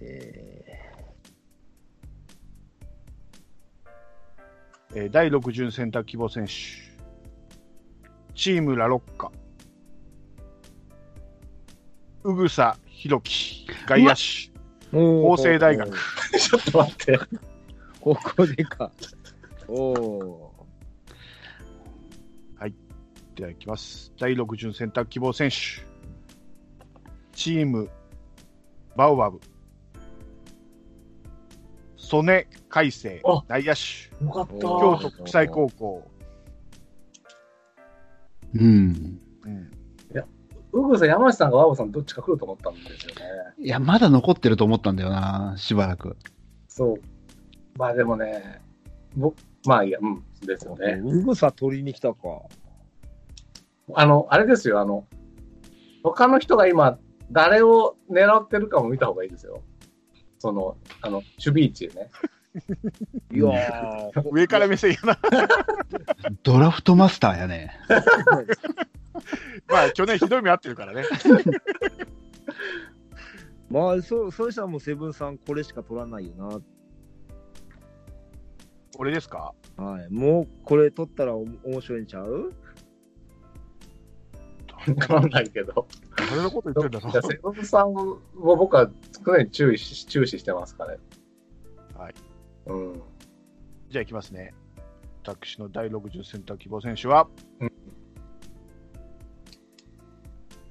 ええー第6巡選択希望選手チームラロッカ宇草弘樹外野手ー、お法ー政大 学ちょっと待って。ここでか。おおではいきます第6巡選択希望選手チームバオバブ曽根海星あ内野手よかった。今京日都国際高校、うん。うん、ウグさん、山内さんがワボさん、どっちか来ると思ったんですよね。いや、まだ残ってると思ったんだよな、しばらく。そう。まあでもね、僕、まあいいや、うん、ですよー。ね。うぐさ取りに来たか。あの、あれですよ、あの、他の人が今、誰を狙ってるかも見た方がいいですよ。その、あの、守備位置ね。 いやー、上から目線やなドラフトマスターやね。まあ去年ひどい目あってるからね まあ、そう、そうしたらもうセブンさんこれしか取らないよ俺ですかな。はい。もうこれ取ったらお面白いんちゃうわかんないけど。誰のこと言ってるんだろじゃあ、セブンさんを僕は常に注意し、注視してますかね。はい。うん。じゃあいきますね。私の第60選択希望選手は、うん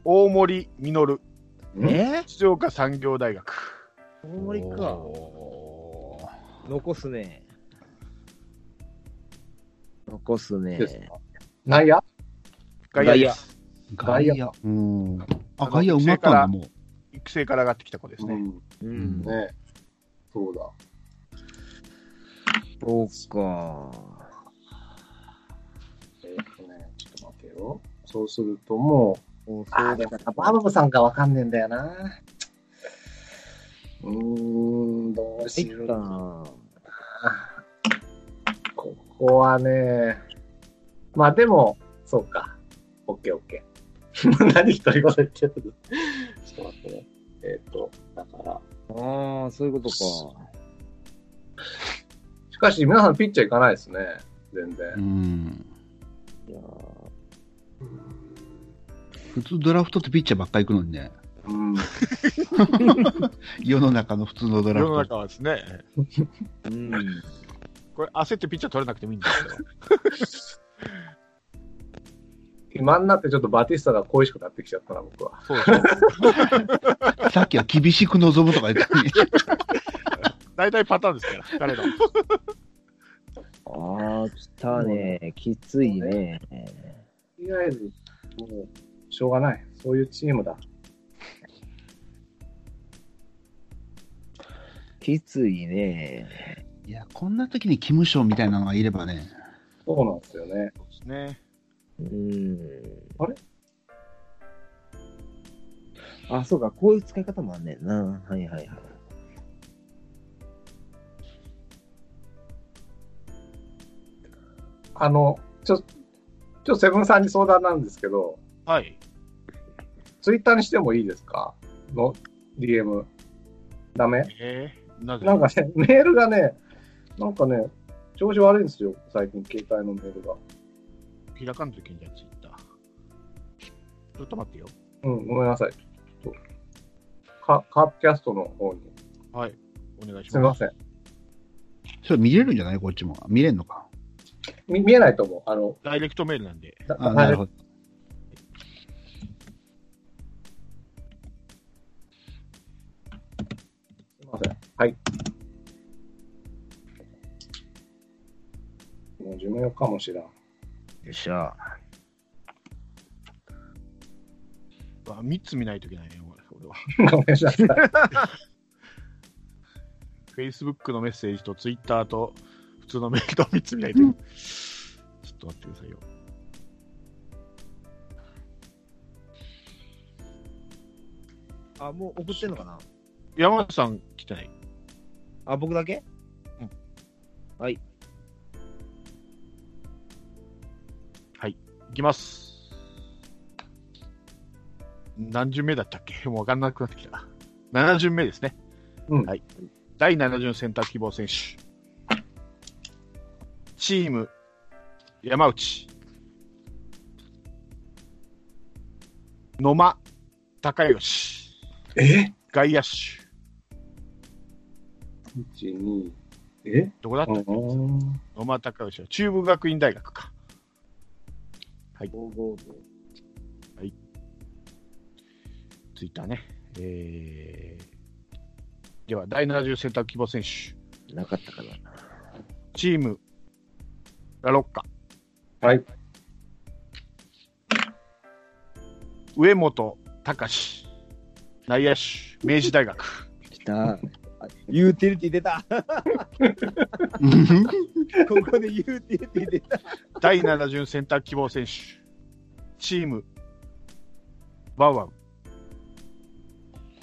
大森実、んえ静岡産業大学。大森か。おー残すね。残すね。ですか内野外野です。外外野。うん。あ、の外野埋まったんだ、育成から育成かもう。ら上がってきた子ですね。ん。ううんん。ねそうだ。そうか。えっとね、ちょっと待てよ。そうするともそうう、あ、でもやっぱアブブさんがわかんねえんだよな。うーん、どうしようかな。な。ここはね、まあでも、そうか。オッケーオッケー。 何一人言言ってるのちょっと待ってね。えっ、と、だから。ああ、そういうことか。しかし、皆さんピッチャー行かないですね。全然。うん。いやー普通ドラフトってピッチャーばっかり行くのにね。うん。世の中の普通のド世ラフのト。中はですね、うん。これ焦ってピッチャー取れなくてもいいんですけど、今になってちょっとバティスタが恋しくなってきちゃったな、僕は。そうでしょさっきは厳しく望むとか言ったのに。 大体パターンですから、彼の。ああ、来たね。きついね。とりあえず、もう、しょうがない。そういうチームだ。きついね。いや、こんな時にキムショーみたいなのがいればね。そうなんですよね。そうですね。うん。あれあ、そうか。こういう使い方もあんねんな。はいはいはい。あの、ちょ、ちょっとセブンさんに相談なんですけど、はい。ツイッターにしてもいいですかの DM。ダメえー、なぜなんかね、 メールがね、なんかね、調子悪いんですよ。最近、携帯のメールが。開かんといけんじゃん、ツイッター。ちょっと待ってよ。うん、ごめんなさい。ちょっとカカープキャストの方に。はい。お願いします。すみません。それ見れるんじゃないこっちも。見れんのか。み見えないと思う。あの、ダイレクトメールなんで。だあ、なるほど。すみません。はい。もう寿命かもしらん。よっしゃ。あ3つ見ないといけないね、俺は。ごめんな さい。 Facebook のメッセージと Twitter と普通のメールと3つ見ないといけない。ちょっと待ってくださいよ。あ、もう送ってんのかな山内さん来てない。あ、僕だけうん。はい。いきます。何巡目だったっけもうわかんなくなってきた。7巡目ですね。うんはい、第7巡選択希望選手チーム山内野間高吉え外野手 ?1、2、えどこだっあたっけー野間高吉は中部学院大学かツイッターね、えー、では第70選択希望選手なかったかな。チームラロッカはい上本隆史内野手明治大 学来た。あユーティリティ出た。 ここでユーティリティ出た。第7巡選択希望選手、チーム、バウアウ、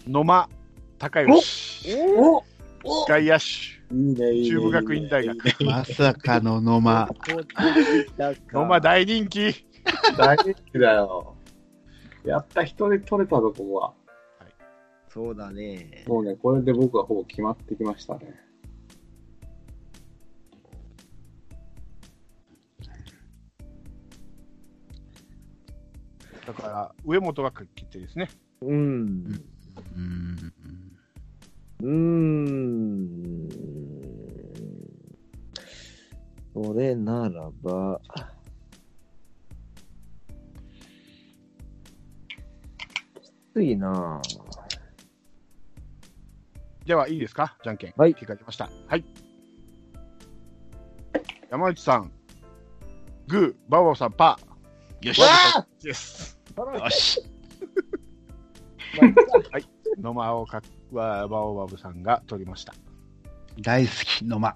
野間高義、おお外野手、いいね、いいね。中部学院大学いいね。 まさかの野間。野間大人気、大人気だよ。やった、人で取れたぞ、ここは。そうだね。もうね、これで僕はほぼ決まってきましたね。だから上本が決定ですね。うん。うんうーん。それならば、きついなぁ。では、いいですか、じゃんけん、はい結果出ました。はい、山内さん、グー、バウアウさん、パよしー、わーです。よし野間をかはバオバブさんが取りました。大好き、野間。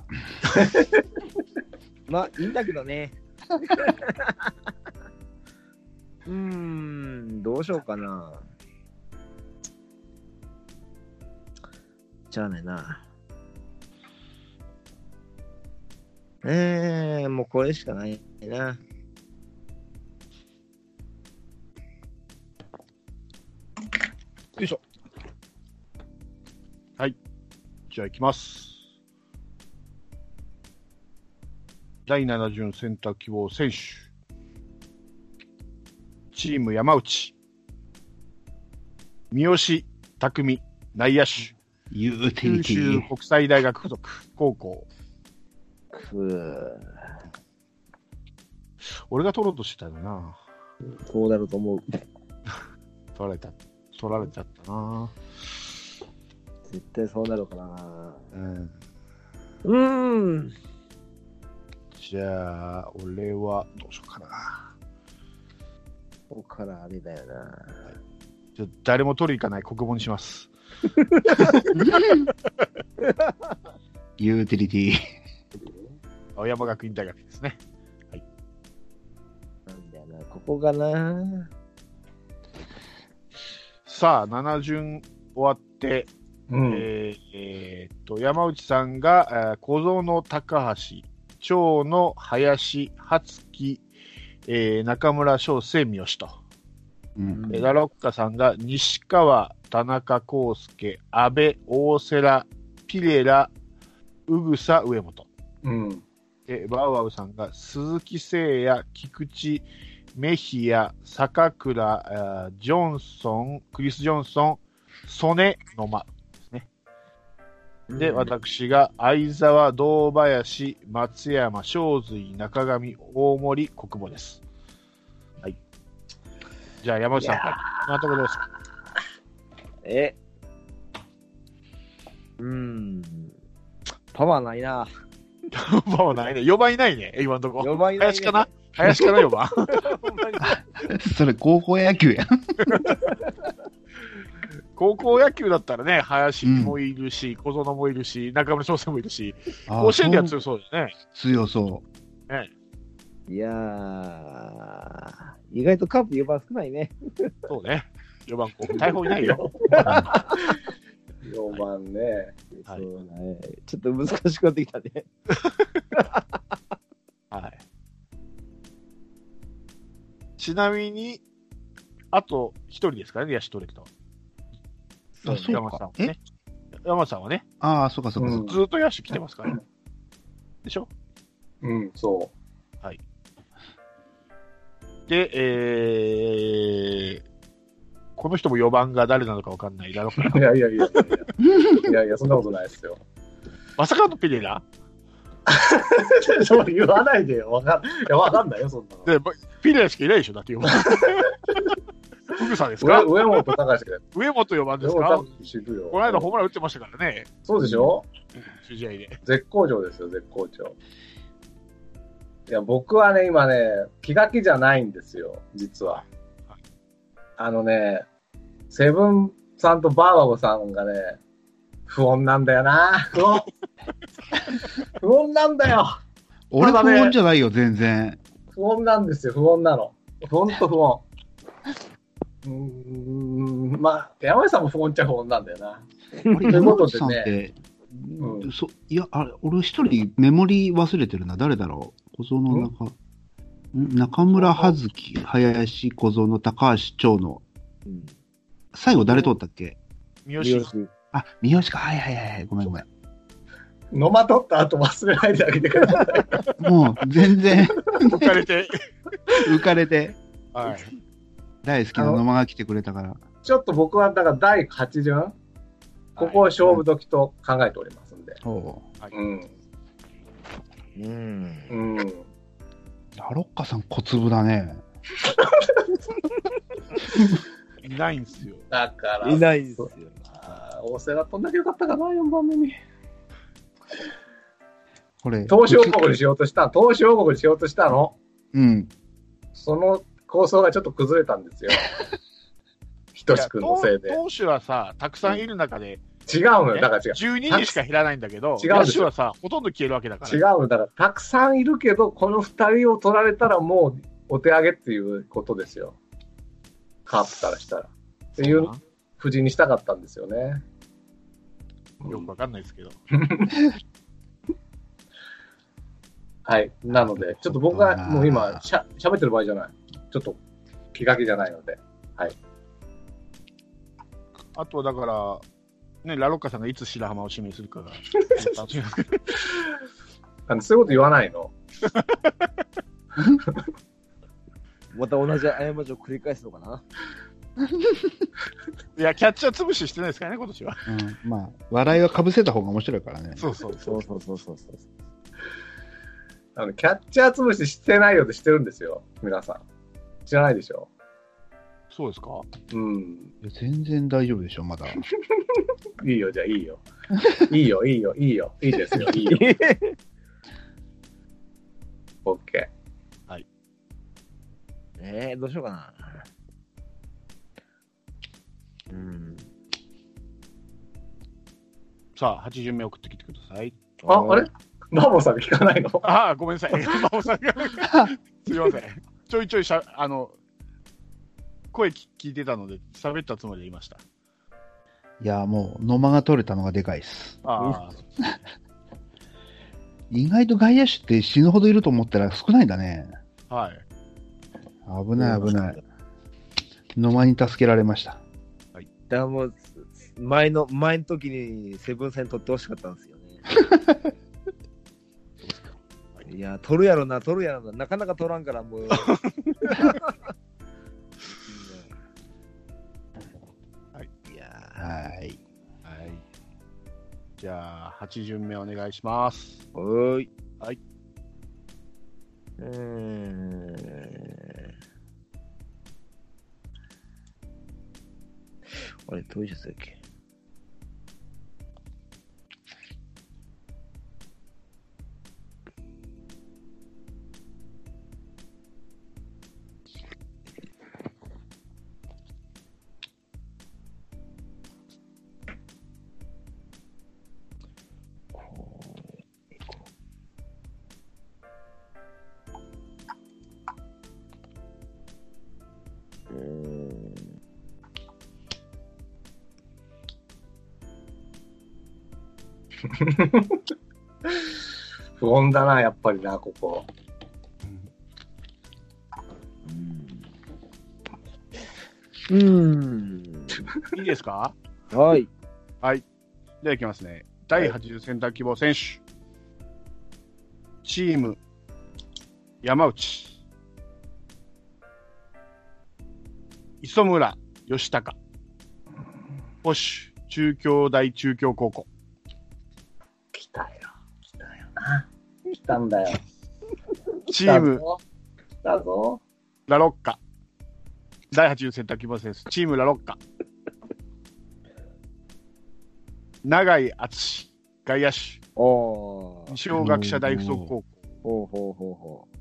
まあ、いいんだけどね。うーん、どうしようかな。じゃあねな。えー、もうこれしかないな。じゃあ、いきます。第7巡選択希望選手。チーム山内。三好匠内野手。ユーテ九ィリテ州ィ。国際大学附属高校。く俺が取ろうとしてたよな。ーこうなると思う。取られた。取られちゃったな。絶対そうなるかな。うん。うーん。じゃあ、俺はどうしようかな。ここからあれだよな。じゃあ誰も取りに行かない国語にします。 ユーティリティ。青山学院大学ですね。なんだよな。ここがな。さあ、7巡終わって、うん。えーえーっと、山内さんが、えー小僧の高橋、長の林、初木、えー中村翔生、三好と。うんえーラロッカさんが、西川、田中康介、安倍、大瀬良、ピレラ、宇草、上本。うん。えーバウアウさんが、鈴木誠也、菊池、メヒア、坂倉、あージョンソン、クリス・ジョンソン、曽根、野間。で、私が相沢、堂林、松山、正髄、中上、大森、国母です。はい。じゃあ、山内さんから。今のところどうですかえうーん。パワーないな。もうないね。4番いないね、今のところ。 4番いない、ね。林かな林かな、4番。それ高校野球や。高校野球だったらね、林もいるし、小園もいるし、中村翔成もいるし、甲子園では強そうですね。強そう。いやー、意外とカープ4番少ないね。そうね。4番候補、大砲いないよ。 4番ね。はいそうだね。ちょっと難しくなってきたね。はい。ちなみに、あと一人ですからね、野手取れると。あ、そう山下。かさんえね山内さんはね、ああ、そうかそうかそうか。ずっと野手来てますから。でしょうん、そで、えー、この人も4番が誰なのかわかんないだろうから。う。いやいやいやいやいや。いやいや、そんなことないですよ。まさかのペレラそう言わないでよ。わかんいやわかんないよ、そんなの。で、まペレラしかいないでしょだって4番。フグさんですか上上本隆が上本4番でですすかか多分知るよ。この間ホームラン打ってましたからね、そうでしょ主試合で。絶好調ですよ、絶好調。いや、僕はね、今ね、気が気じゃないんですよ、実ははい。あのね、セブンさんとバーバブさんがね、不穏なんだよな。不穏不穏なんだよ。俺た不だね問じゃないよ、全然。不穏なんですよ、不穏なの。ほんと不穏。うーん、まあ、山井さんも不穏っちゃ不穏なんだよな。俺というこ山と内でさんっねて、うんそいや、あれ、俺一人メモリ忘れてるな。誰だろう小園の中、ん中村葉月、林、小園、高橋長の。うん。最後誰通ったっけ三よ好、し。あ、三好か。はいはいはいはい。ごめんごめん。飲まとった後忘れないであげてください。もう、全然 浮かれ て。浮かれて、はい。大好きな野間が来てくれたから。ちょっと僕は、だから第8巡、ここを勝負時と考えておりますんで。おううん。うん。うん。ラロッカさん小粒だね。いないんですよ。だから、いないですよ。あー大瀬が飛んだけよかったかな、4番目に。これ。投資王国にしようとした、投資王国にしようとしたの。うん。その構想がちょっと崩れたんですよ。ひとしくんのせいで。投手はさ、たくさんいる中で、違うのよ、ねだから違う。 12人しか減らないんだけど、違うん野です手よはさ、ほとんど消えるわけだから。違う、だから、たくさんいるけど、この二人を取られたら、もう、お手上げっていうことですよ。カープからしたら。っていそうう、な布陣にしたかったんですよね。よくわかんないですけど。はい。なので、ちょっと僕は、もう今、しゃ、喋ってる場合じゃない。ちょっと、気が気じゃないので。あとはだから、ね、ラロッカさんがいつ白浜を指名するか が。楽しみですけどなんでそういうこと言わないのまた同じ過ちを繰り返すのかないや、キャッチャー潰ししてないですからね、今年は。うん、まあ、笑いはかぶせた方が面白いからね。そうそうそうそうそうそうそう。あの、キャッチャー潰ししてないようでしてるんですよ。皆さん。知らないでしょそうですかうん。いや全然大丈夫でしょ、まだ。 いいよ、じゃあいいよ。いいよ、いいよ、いいよ。いいですよ、いいよ。オッケえー、どうしようかな。うん。さあ、8巡目送ってきてください。ー。あ、あれバボさん聞かないのああ、ごめんなさい。 馬尾さんがすいません。ちょいちょいしゃ、あの、声き聞いてたので、喋ったつもりでいました。いや、もう、野間が取れたのがでかいです。ああ、意外と外野手って死ぬほどいると思ったら少ないんだね。はい。危ない危ない。野間に助けられました。だからもう、前の、前の時にセブン戦取ってほしかったんですよね。 いや、取るやろな、取るやろな、なかなか取らんから、も う。はい、いやははい。い。じゃあ、8巡目お願いします。ー、おーい。はい。うーん。あれ、どういうやつだっけうーん不穏だな、やっぱりな、ここ。うーん。いいですかはい。ではいきますね。第80選択希望選手。チーム、山内。磯村義孝。保守、中京大中京高校。来たよ。来たよな。来たんだよ。チーム、来たぞ。ラロッカ。第80選択希望選手、チームラロッカ。長井敦外野手、おー。二松学舎大附属高校。ほうほうほうほう。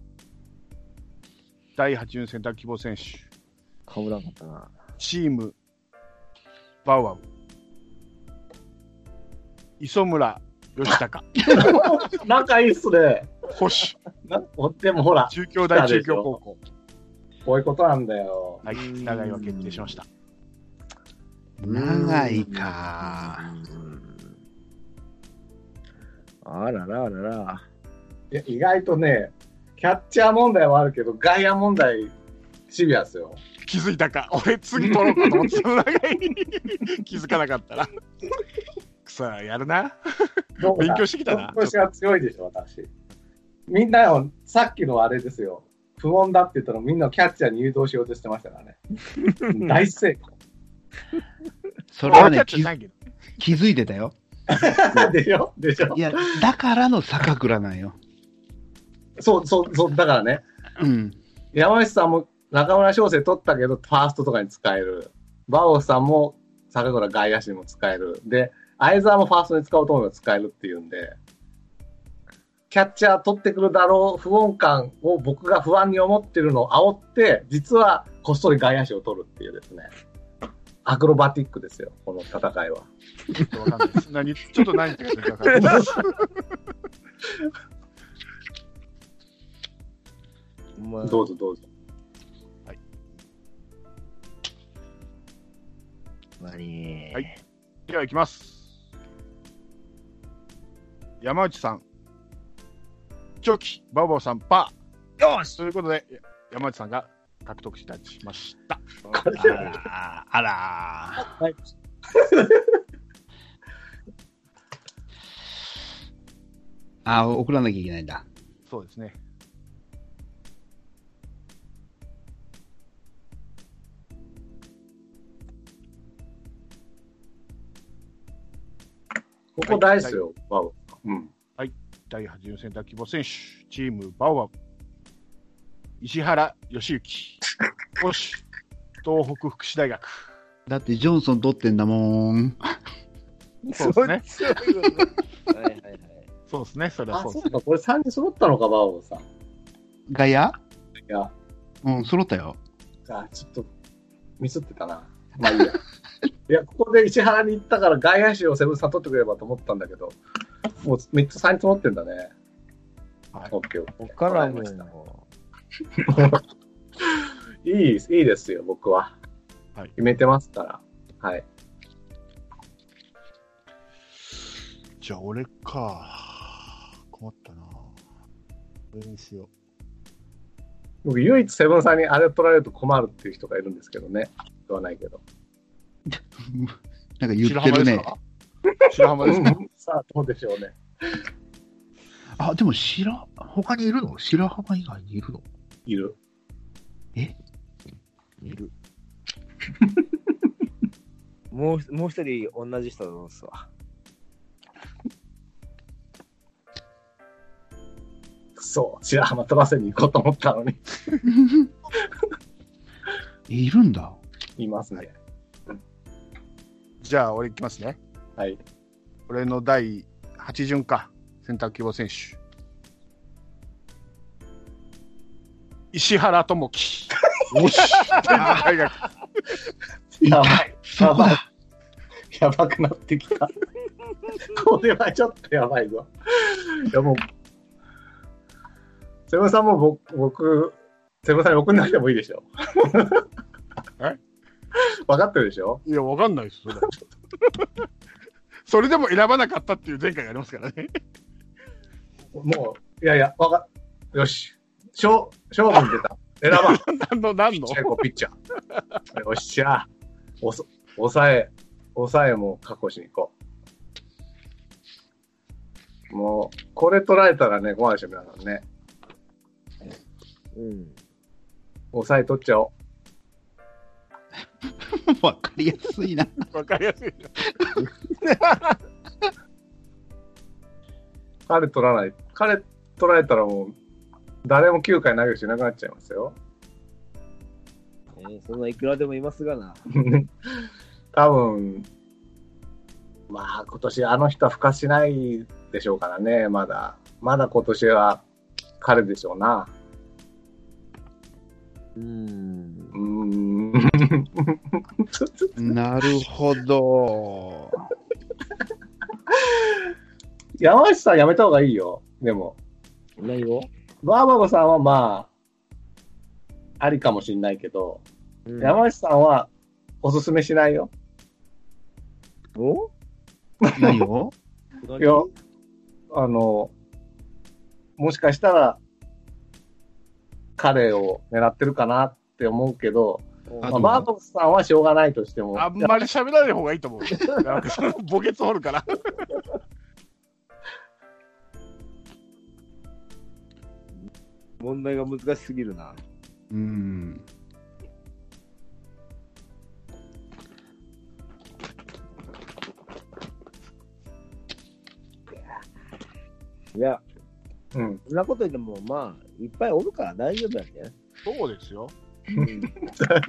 第80選択希望選手、かぶらなかったな。チーム、バウアウ。磯村義 孝、仲いいっすね。保守、なでもほら、中京大中京高校。こういうことなんだよ。はい、長井は決定しました。長いか。あらららら。いや意外とね、キャッチャー問題はあるけど、外野問題、シビアっすよ。気づいたか俺次取ろうかと思ってたの長井 気づかなかったら。くそ、やるな。ど勉強してきたな。今年は強いでしょ、私。みんなを、さっきのあれですよ、不穏だって言ったの、みんなをキャッチャーに誘導しようとしてまし たからね。大成それは俺キャねッチャーじ気ゃづないけど気づいてたよ。功。 でしょでしょいや、だからの坂倉なんよ。そうそう、そう、だからね、うん。山内さんも中村翔成取ったけど、ファーストとかに使える。バオさんも坂倉外野手にも使える。で、相沢もファーストに使おうと思えば使えるっていうんで、キャッチャー取ってくるだろう不穏感を僕が不安に思ってるのを煽って、実はこっそり外野手を取るっていうですね。アクロバティックですよ、この戦いは。ちょっとわかんないです何ちょっと何言ってるか分かんないですまあ、どうぞどうぞ。何はいでは行きます。山内さん、チョキ、バオバオさん、パー。よしということで、山内さんが獲得いたしました。これあら、あら。はい あ、送らなきゃいけないんだ。そうですね。ここ大事ですよ、バオ。うん。第80選択希望選手、チームバオバオ、石原良幸、保守、東北福祉大学。だってジョンソン取ってんだもん。そうですね。そういうことねはいはいはい。そうですね、それはあ、そうでそすうね。か、これ3人揃ったのか、バオさん。いガヤや、うん、揃ったよ。あ、ちょっと、ミスってたな。まあいいや。い や、ここで石原に行ったから外野手をセブンさん取ってくれればと思ったんだけど、もう3つ、3つ持ってんだね。はいオッケーオッケこっからはもわかりまう。ーいいです、いいですよ、僕は。はい決めてますから。はい。じゃあ俺か。困ったな。これにしよ僕、唯一セブンさんにあれ取られると困るっていう人がいるんですけどね。言わないけど。なんかう。言ってるね。白浜ですか。白浜ですか さあ、どうでしょうね。あ、でも白、他にいるの白浜以外にいるのいる。いる。もう、もう一人同じ人だとすわ。くそ、白浜取らせに行こうと思ったのに、えいるんだ。いますね。じゃあ俺いきますね。はい。俺の第8巡か。選択希望選手。石原智樹。おし、大学。やばい。そこだ。やばくなってき た。これはちょっとやばいぞ。いやもう、瀬尾さんも僕、僕瀬尾さんに送んなくてもいいでしょ。 え分かってるでしょ いや、わかんないです。それ それでも選ばなかったっていう前回がありますからね。 もう、いやいや、わかよし。勝勝負に出た。選ば ん。何の、何のチェコピッチャー。よっしゃ。おそ抑え、抑えも確保しに行こう。もう、これ取られたらね、怖いでしょ、皆さんね。うん。抑え取っちゃお わかりやすいな。わかりやすい。う。彼取らない。彼取られたらもう、誰も9回投げる人いなくなっちゃいますよ。 えーそんないくらでもいますがな。多分、まあ今年あの人は孵化しないでしょうからね、まだ。まだ今年は彼でしょうな。うんう。ーん。 ちょっとなるほど。山内さんやめた方がいいよ。でも、何を、バーバゴさんはまあ、ありかもしれないけど、うん、山内さんはおすすめしないよ。お何を何いや、あの、もしかしたら、彼を狙ってるかなって思うけど、うんあまあ、とバートスさんはしょうがないとしても、あんまり喋らない方がいいと思 う。なんかその墓穴掘るから。問題が難しすぎるな。うん。いや、うん、そんなこと言っても、まあ、いっぱいおるから大丈夫やね。そうですよ。うん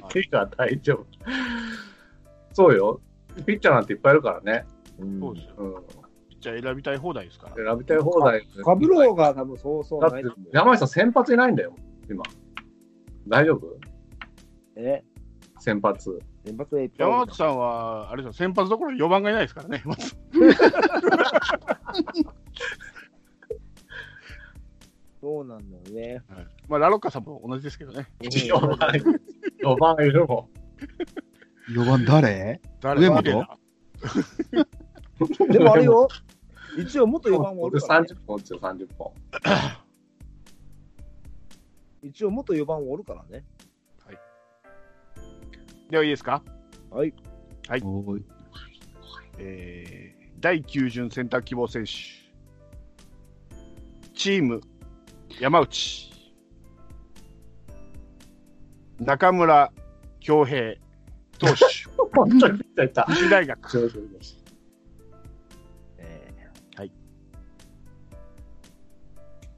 手が大丈夫。そうよ、ピッチャーなんていっぱいいるからね、うんそうですよ。うん、ピッチャー選びたい放題ですから。選びたい放題。かぶろうが多分そうそうだっなていと思う、山内さん、先発いないんだよ、今。大丈夫え、先発。連発でいっぱいおる山内さんは、あれですよ、先発どころ4番がいないですからね。まずそうなんだよね。 まあ、ラロッカさんも同じですけどね。 4番、4番いるも4番誰誰上も本出ないん。でもあれよ、一応元4番はおるから、ね。 30本ですよ、30本。 一応元4番はおるからね。ではいいですかおい。えー第9巡選択希望選手、チーム山内、中村恭平投 手、本当にピッチャーいた。富士大学、えー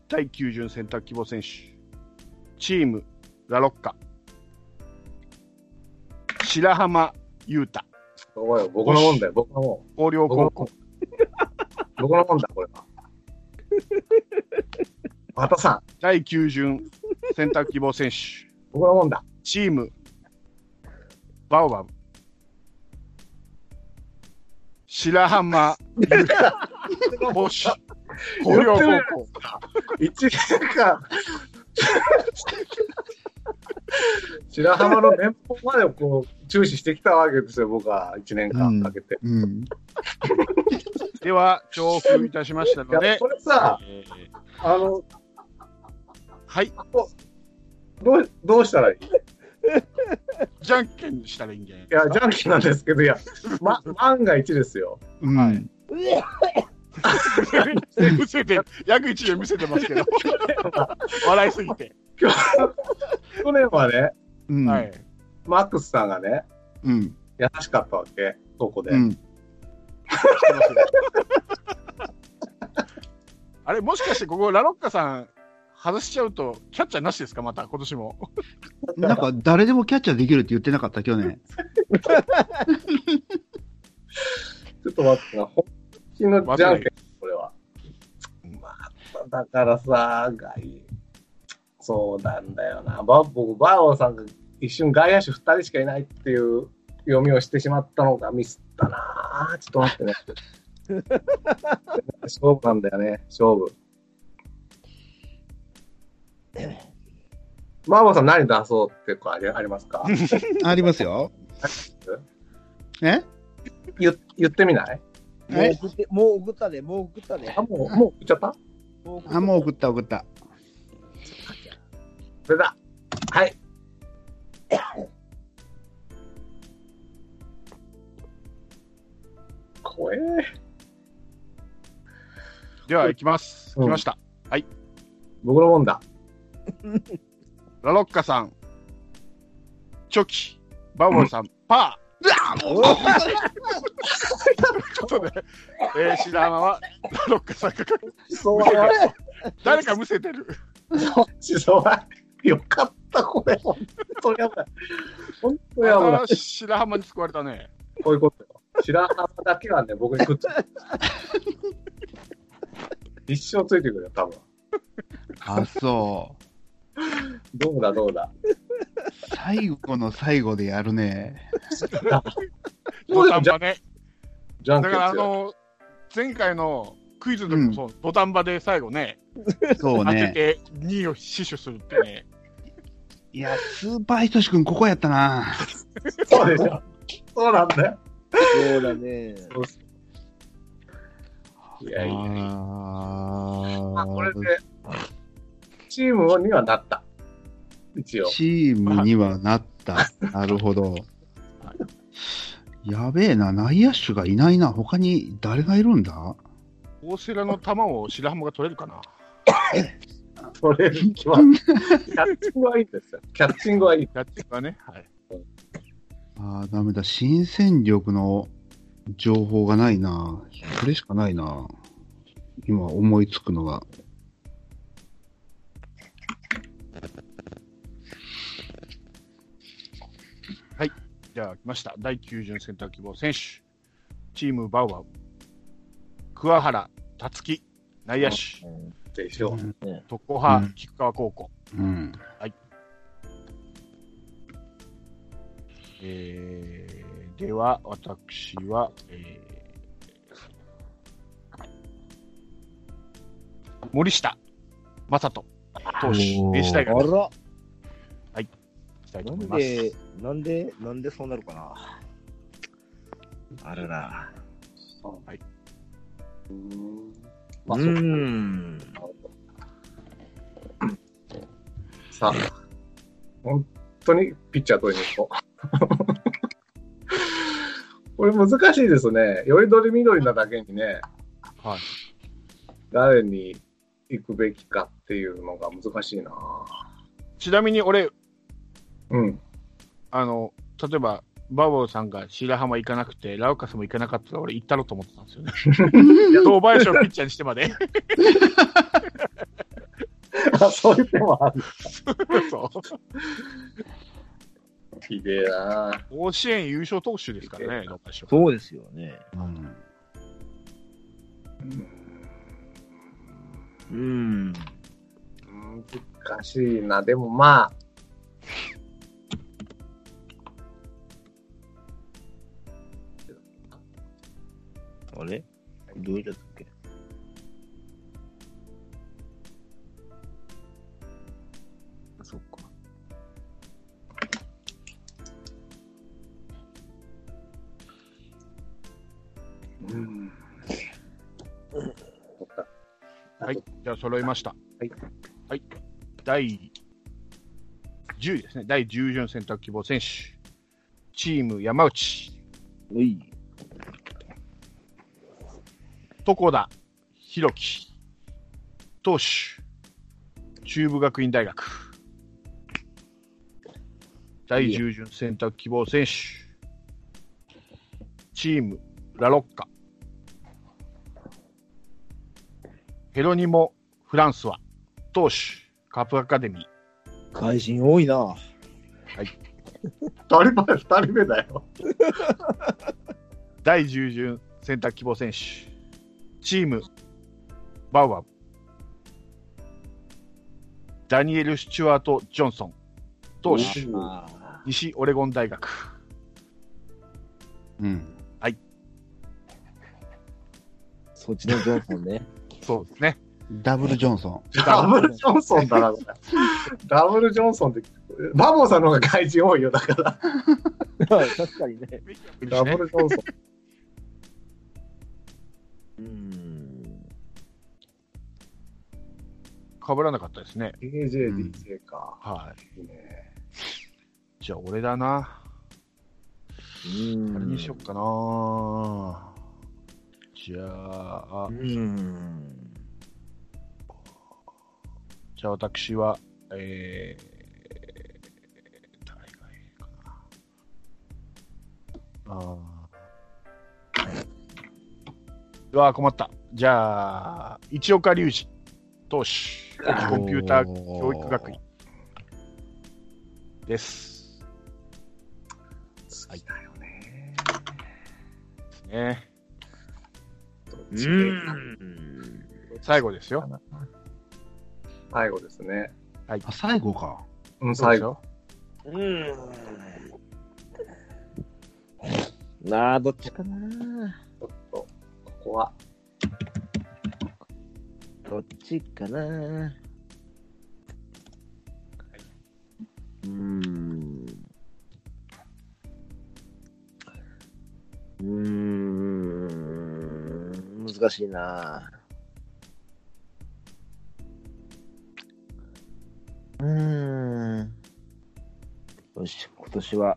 第9巡選択希望選手、チームラロッカ、白浜優太、おい、僕のもんだよ、僕のもん。広陵高校、僕のもんだ、これは。またさん、第9巡選択希望選手、僕のもんだ。チーム、バオバブ。白浜、ボッシュ、広陵高校。一年間。白浜の年俸までをこう注視してきたわけですよ、僕は1年間かけて。うん。では、重複いたしましたのいや、でこ、れさ、えーあの、はい、どうどうしたらいいいじゃんけんしたらいいんじゃないですや、か。ジャンキーなんですけど、いや、ま、万が一ですよ。うん。はいうんえ見せて、約1年見せてますけど、笑いすぎて。去年はね、うん。はい。マックスさんがね、うん。優しかったわけ、そこで。うん。してますよあれ、もしかしてここ、ラロッカさん、外しちゃうと、キャッチャーなしですか、また、今年も。なんか、誰でもキャッチャーできるって言ってなかった、去年。ちょっと待ってな、本気のじゃんけん、これは。まあ、だからさ、外そうなんだよな。ば僕、バーオさんが一瞬外野手2人しかいないっていう読みをしてしまったのがミスったな。ちょっと待ってね。 勝負なんだよね、勝負。バーボさん何出そうってこありありますか ありますよ。 え言言ってみないもう送って、もう送ったで、もう送ったであ、。もう、もう言っちゃったもう送ったあ、もう送った、送った。それだ。はい。怖え。では、行きます。うん来ました。僕のもんだ。ラロッカさん、チョキ、バボルさん、パー。うわー ちょっとね、えー、白浜は、ラロッカさんが 書く、そうは、誰かむせてる。そうは、よかった、これ。本当にやばい。本当にやばい。白浜に救われたね。こういうことよ。白浜だけはね、僕にくっつく。一生ついてくるよ、多分。あ、そう。どうだ、どうだ。最後の最後でやるね。そ土うだよ壇場ね。じだゃんけかんら、あ強いの、前回のクイズの時もそう、土壇場で最後ね、そう当てね。て2位を死守するってね。いや、スーパーひとしくん、ここやったな。そうでしょ。そうなんだよ。そうだね。いやいや。あまあ、これで、チームにはなった。一応。チームにはなった。なるほど。やべえな、内野手がいないな。他に誰がいるんだ大瀬良の球を白浜が取れるかな。それに決まる。キャッチングはいいんですよ。キャッチングはいい。やってるかね。はい。ああ、ダメだ。新戦力の情報がないな。それしかないな。今思いつくのが。じゃあ、来ました。第9巡選択希望選手。チームバウバウ。桑原、たつき、内野手、でしょう。特攻派、うん菊川高校。うん。えー、では、私は、えー、森下、正人、投手、おー明治大あ学にら、行きたいとな思いんます。で、なんで、なんでそうなるかな。あるな。はい。うーん。うまあ、そうーかん。さあ、本当にピッチャー取りに行こ う。これ難しいですね。よりどり緑なだけにね、はい。誰に行くべきかっていうのが難しいな。ちなみに俺、うん。あの、例えば、バウバウさんが白浜行かなくて、ラウカスも行かなかったら俺行ったろうと思ってたんですよ ね。堂林をピッチャーにしてまで。 あ そういう手もある。そう。ひでえな。甲子園優勝投手ですからね、どうでしょう。そうですよね。うんうーん。難しいな。でもまあ。あれどういうやつだっけそっか。うんはい。じゃあ、揃いました。はい。はい。第10位ですね。第10巡選択希望選手。チーム山内、おい。床田、弘樹、投手、中部学院大学。第10巡選択希望選手。チーム、ラロッカ。ヘロニモ・フランスは、投手、カップアカデミー。会心多いな。当たり前、二人目だよ。第10巡選択希望選手、チーム、バウバウ、ダニエル・スチュワート・ジョンソン、投手、あ西オレゴン大学。うん。ーそっちのジョンソン ね。そうですね。ダブル・ジョンソン。ダブルジョンソンだな、これダブルジョンソンって、バボーさんの方が外人多いよ、だから。確かにね。ダブルジョンソン。うーん。かぶらなかったですね。 KJ、うん DJ か。はいいね。い。じゃあ、俺だな。うーんあれにしよっかな。じゃあう、ーん。じゃあ私は、えー、誰がいいかな。あーうわー、困った。じゃあ、一岡隆二投手、コンピューター教育学院です。好きだよね。ですね。どっうちん。最後ですよ。最後ですね。あ、最後か。うん、最後。後。うん。なあ、どっちかな。ここは。どっちかな。うーん。うーん。難しいな。うーん。よし、今年は。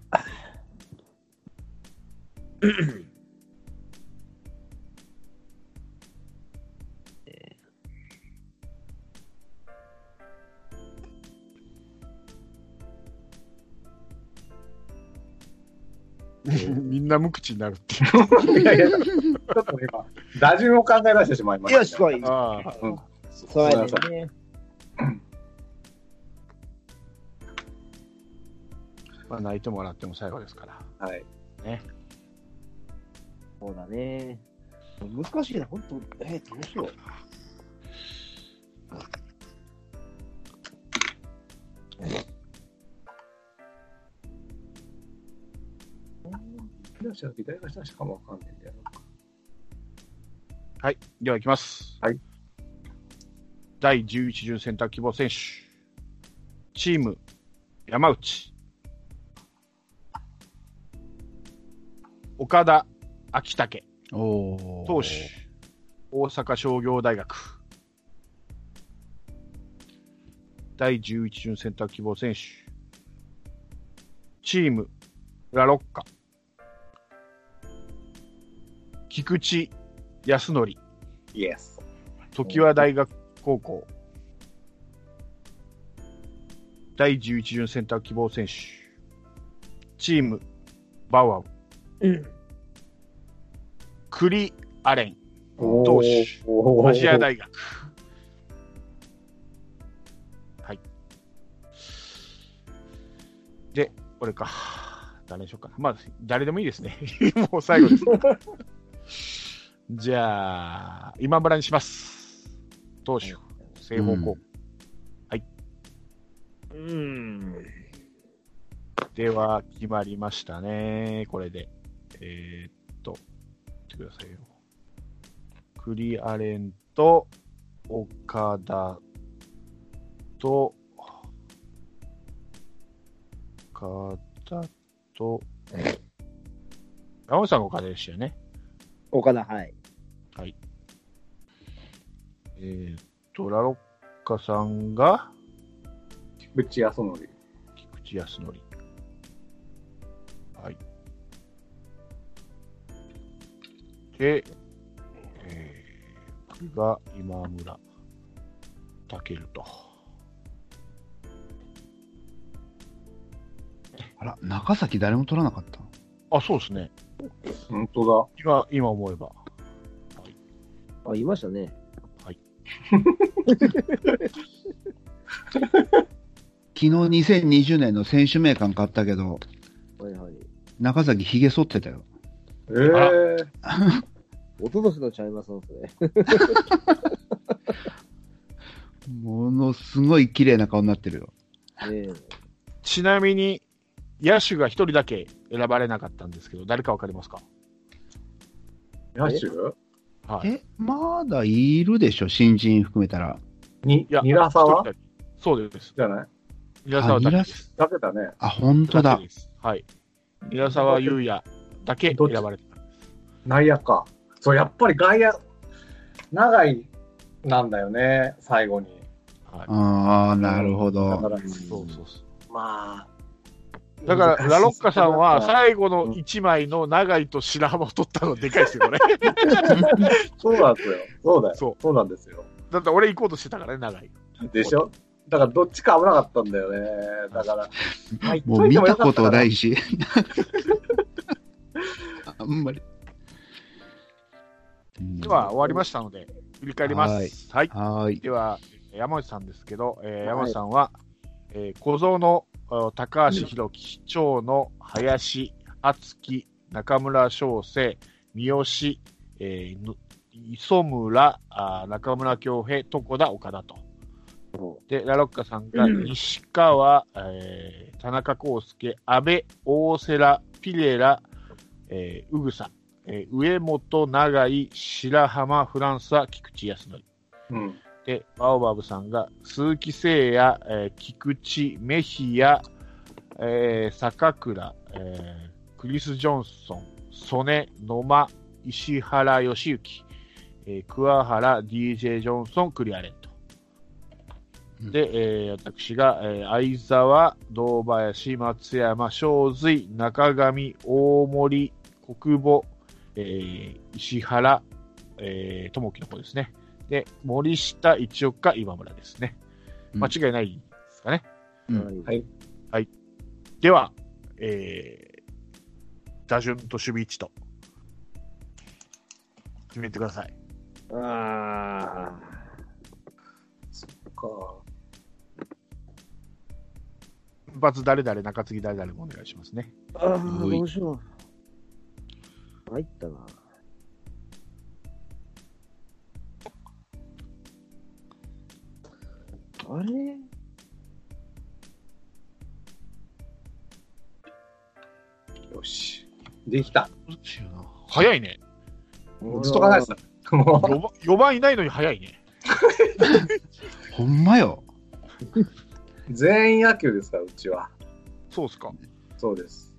みんな無口になるってい。。いやいや、ちょっと今、打順を考え出してしまいました、よし、来いうああ、うんそうやね。まあ、泣いてもらっても最後ですから。はい。そうだね。難しいな、本当。え、どうしよう。左足は左足しかもわかんないんだよな。はい。では、いきます。はい。第11巡選択希望選手。チーム、山内。岡田昭武、おお。投手。大阪商業大学。第11巡選択希望選手。チーム、ラロッカ。菊池康則。イエス。常盤大学高校第11巡選択希望選手チームバウアウ、うんクリ・アレン投手おー芦屋大学はいでこれか誰でしょうかまあ誰でもいいですね もう最後です じゃあ今村にします投手正方向、うんうん。では、決まりましたね。これで。えー、っと、見てくださいよ。クリアレンと、岡田と、岡田と、山本さんが岡田でしたよね。岡田、はい。えー、っと、ラロッカさんが、菊池康則。菊池康則。はい。で、えー、僕が今村武と。あら、中崎誰も取らなかった。あ、そうですね。本当今、今思えば。あ、いましたね。昨日2020年の選手名鑑買ったけど、はいはい。一中崎ひげ剃ってたよ。だ。ええー。昨年のちゃいますもんね。ものすごい綺麗な顔になってるよ。ねちなみに、野手が一人だけ選ばれなかったんですけど、誰かわかりますか野手はい。え、まだいるでしょ、新人含めたら。に、いやニラサワ一人だけそうです。じゃない平沢だけです。だけだね。あ、本当だだけ。です。はい。平沢優也だけ選ばれてた。内野か。そう、やっぱり外野、長いなんだよね、最後に。はい。ああ、なるほだかど。ら、そうそうそう。まあ。だから、ラロッカさんは難しい最後の1枚の長井と白浜を取ったのでかいですよ、これ。そうなんですよ。そうだよ。そそうなんですよ。だって俺行こうとしてたからね、長井。でしょだからどっちか危なかったんだよね。だから、まあ言っもとうい見てもたよかこったとかなないし。 あんまり。では、終わりましたので、振り返ります。はいはいはーい。では、山内さんですけど、えーい山内さんは、えー小僧のあ高橋宏樹、長の林、敦樹、中村翔成、三好、えーぬ磯村、あー中村恭平、床田、岡田と。で、ラロッカさんが、うん西川、えー田中康介、安倍、大瀬良、ピレラ、えー、うぐさ、えー上本、永井、白浜、フランサ、菊池康則。うん。で、バオバブさんが、鈴木誠也、えー菊池、メヒア、えー坂倉、えークリス・ジョンソン、曽根、野間、石原義行、えー桑原、DJ ・ジョンソン、クリアレント。うんで、えー私が、えー相沢、堂林、松山、正髄、中上、大森、国母、えー石原、えー、友樹の方ですね。で、森下、一岡、今村ですね。うん間違いないですかね。うんはい。では、えー、打順と守備位置と、決めてください。あか一発誰々、中継ぎ誰々もお願いしますね。ーあおー、いどうしよう。入ったな。あれよし。できた。どうしような早いね。ずっと考えてた。 もう、 4番四番いないのに早いね。ほんまよ。全員野球ですから、うちは。そうっすか。そうです。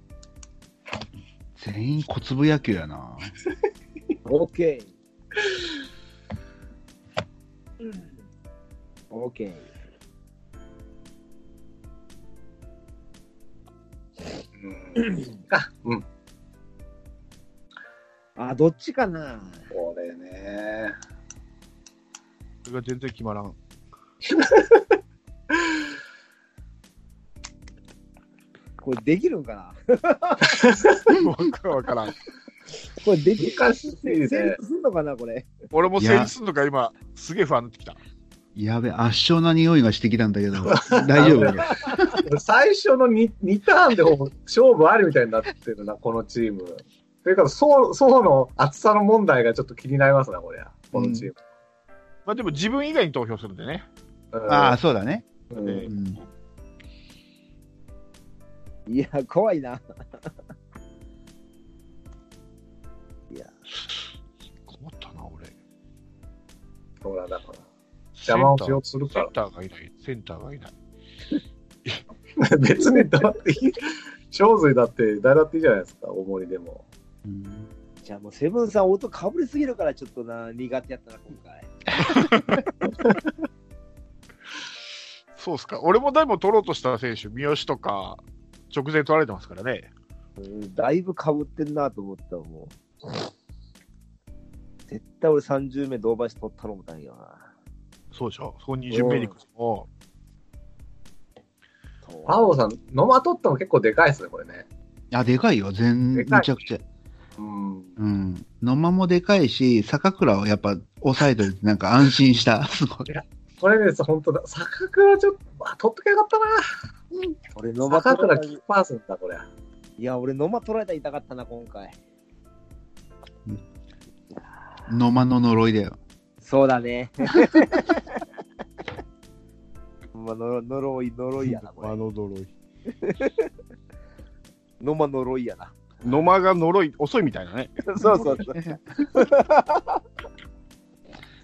全員小粒野球やな。オーケー。オーケー。うん。あ、うん。あ、どっちかなこれね。それが全然決ま らん。これできるんかなわからん。これできる難しいね成立するのかなこれ。俺も成立するのか、今、すげえ不安になってきた。やべ、圧勝な匂いがしてきたんだけ ど、大丈夫最初の 2, 2ターンでもう勝負ありみたいになってるな、このチーム。というか、層層の厚さの問題がちょっと気になりますな、これは。このチーム。まあでも自分以外に投票するんでね。うんああ、そうだね。うんえうんいや、怖いな。困ったな、俺。ほら、だから。邪魔をしようとするセかンターがいない。センターがいない。ら。別にだっていい、正髄だって、誰だっていいじゃないですか、大森でも。うんじゃあもうセブンさん音かぶりすぎるからちょっとな、苦手やったな、今回。そうっすか。俺もでも取ろうとした選手、三好とか、直前取られてますからね。うんだいぶかぶってんなと思ったわもう。絶対俺30名同林取ったろ思ったんやな。そうでしょそこに準備に行くと。パオさん、ノマ取っても結構でかいですね、これね。あ、でかいよ。全、でめかいちゃくちゃ。うん。うん。野間もでかいし、坂倉をやっぱ抑えといて、なんか安心した。すごい。これです、本当だ。坂倉ちょっと、あ、取っときゃよかったな。俺野間坂取ら倉れたキッパーソンだ、これ。いや、俺野間取られたら痛かったな、今回。野間の呪いだよ。そうだ ね。まあ、の呪い、呪いやな、これ。の呪い。野間呪いやな。野間が呪い、遅いみたいなね。そうそうそう。 あ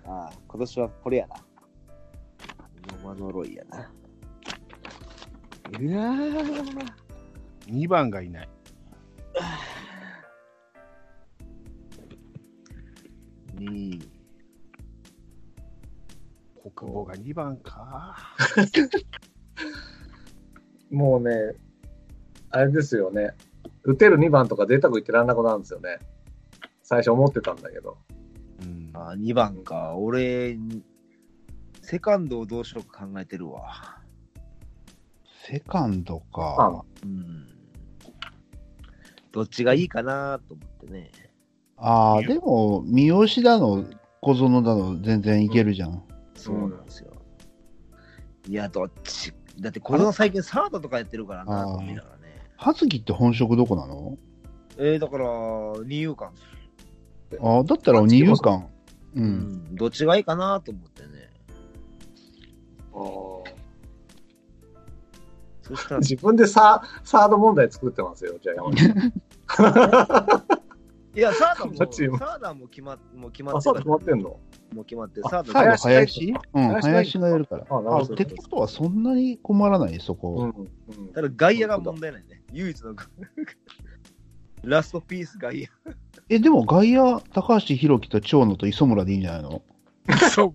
あ、今年はこれやな。野間呪いやな。うわー2番がいない。うん国防が2番か。もうね、あれですよね。打てる2番とか贅沢言ってらんなくなるんですよね。最初思ってたんだけど。うんあ2番か、俺、セカンドをどうしようか考えてるわ。セカンドまあかま。うん。どっちがいいかなと思ってね。ああ、でも、三好だの、小園だの、全然いけるじゃん。そうなんですよ。いや、どっち。だって、この最近サードとかやってるからなあーと思いながらね。葉月って本職どこなのえー、だから、二遊間。ああ、だったら二遊間。う。うんどっちがいいかなと思ってね。あーそしたら、自分でササード問題作ってますよ、じゃあ山口さん。いや、サードも、どっちもサードはもう決まっもう決まあ、ってサーるドから決 まってんのもう決まって、あサード最後、林林うん、林林がやるから。あなるあ、ほっどてことは、そんなに困らない、そこ。ん。うんただ外野が問題ないね。唯一の ラストピース外野。え、でも、外野、高橋宏樹と長野と磯村でいいんじゃないの そう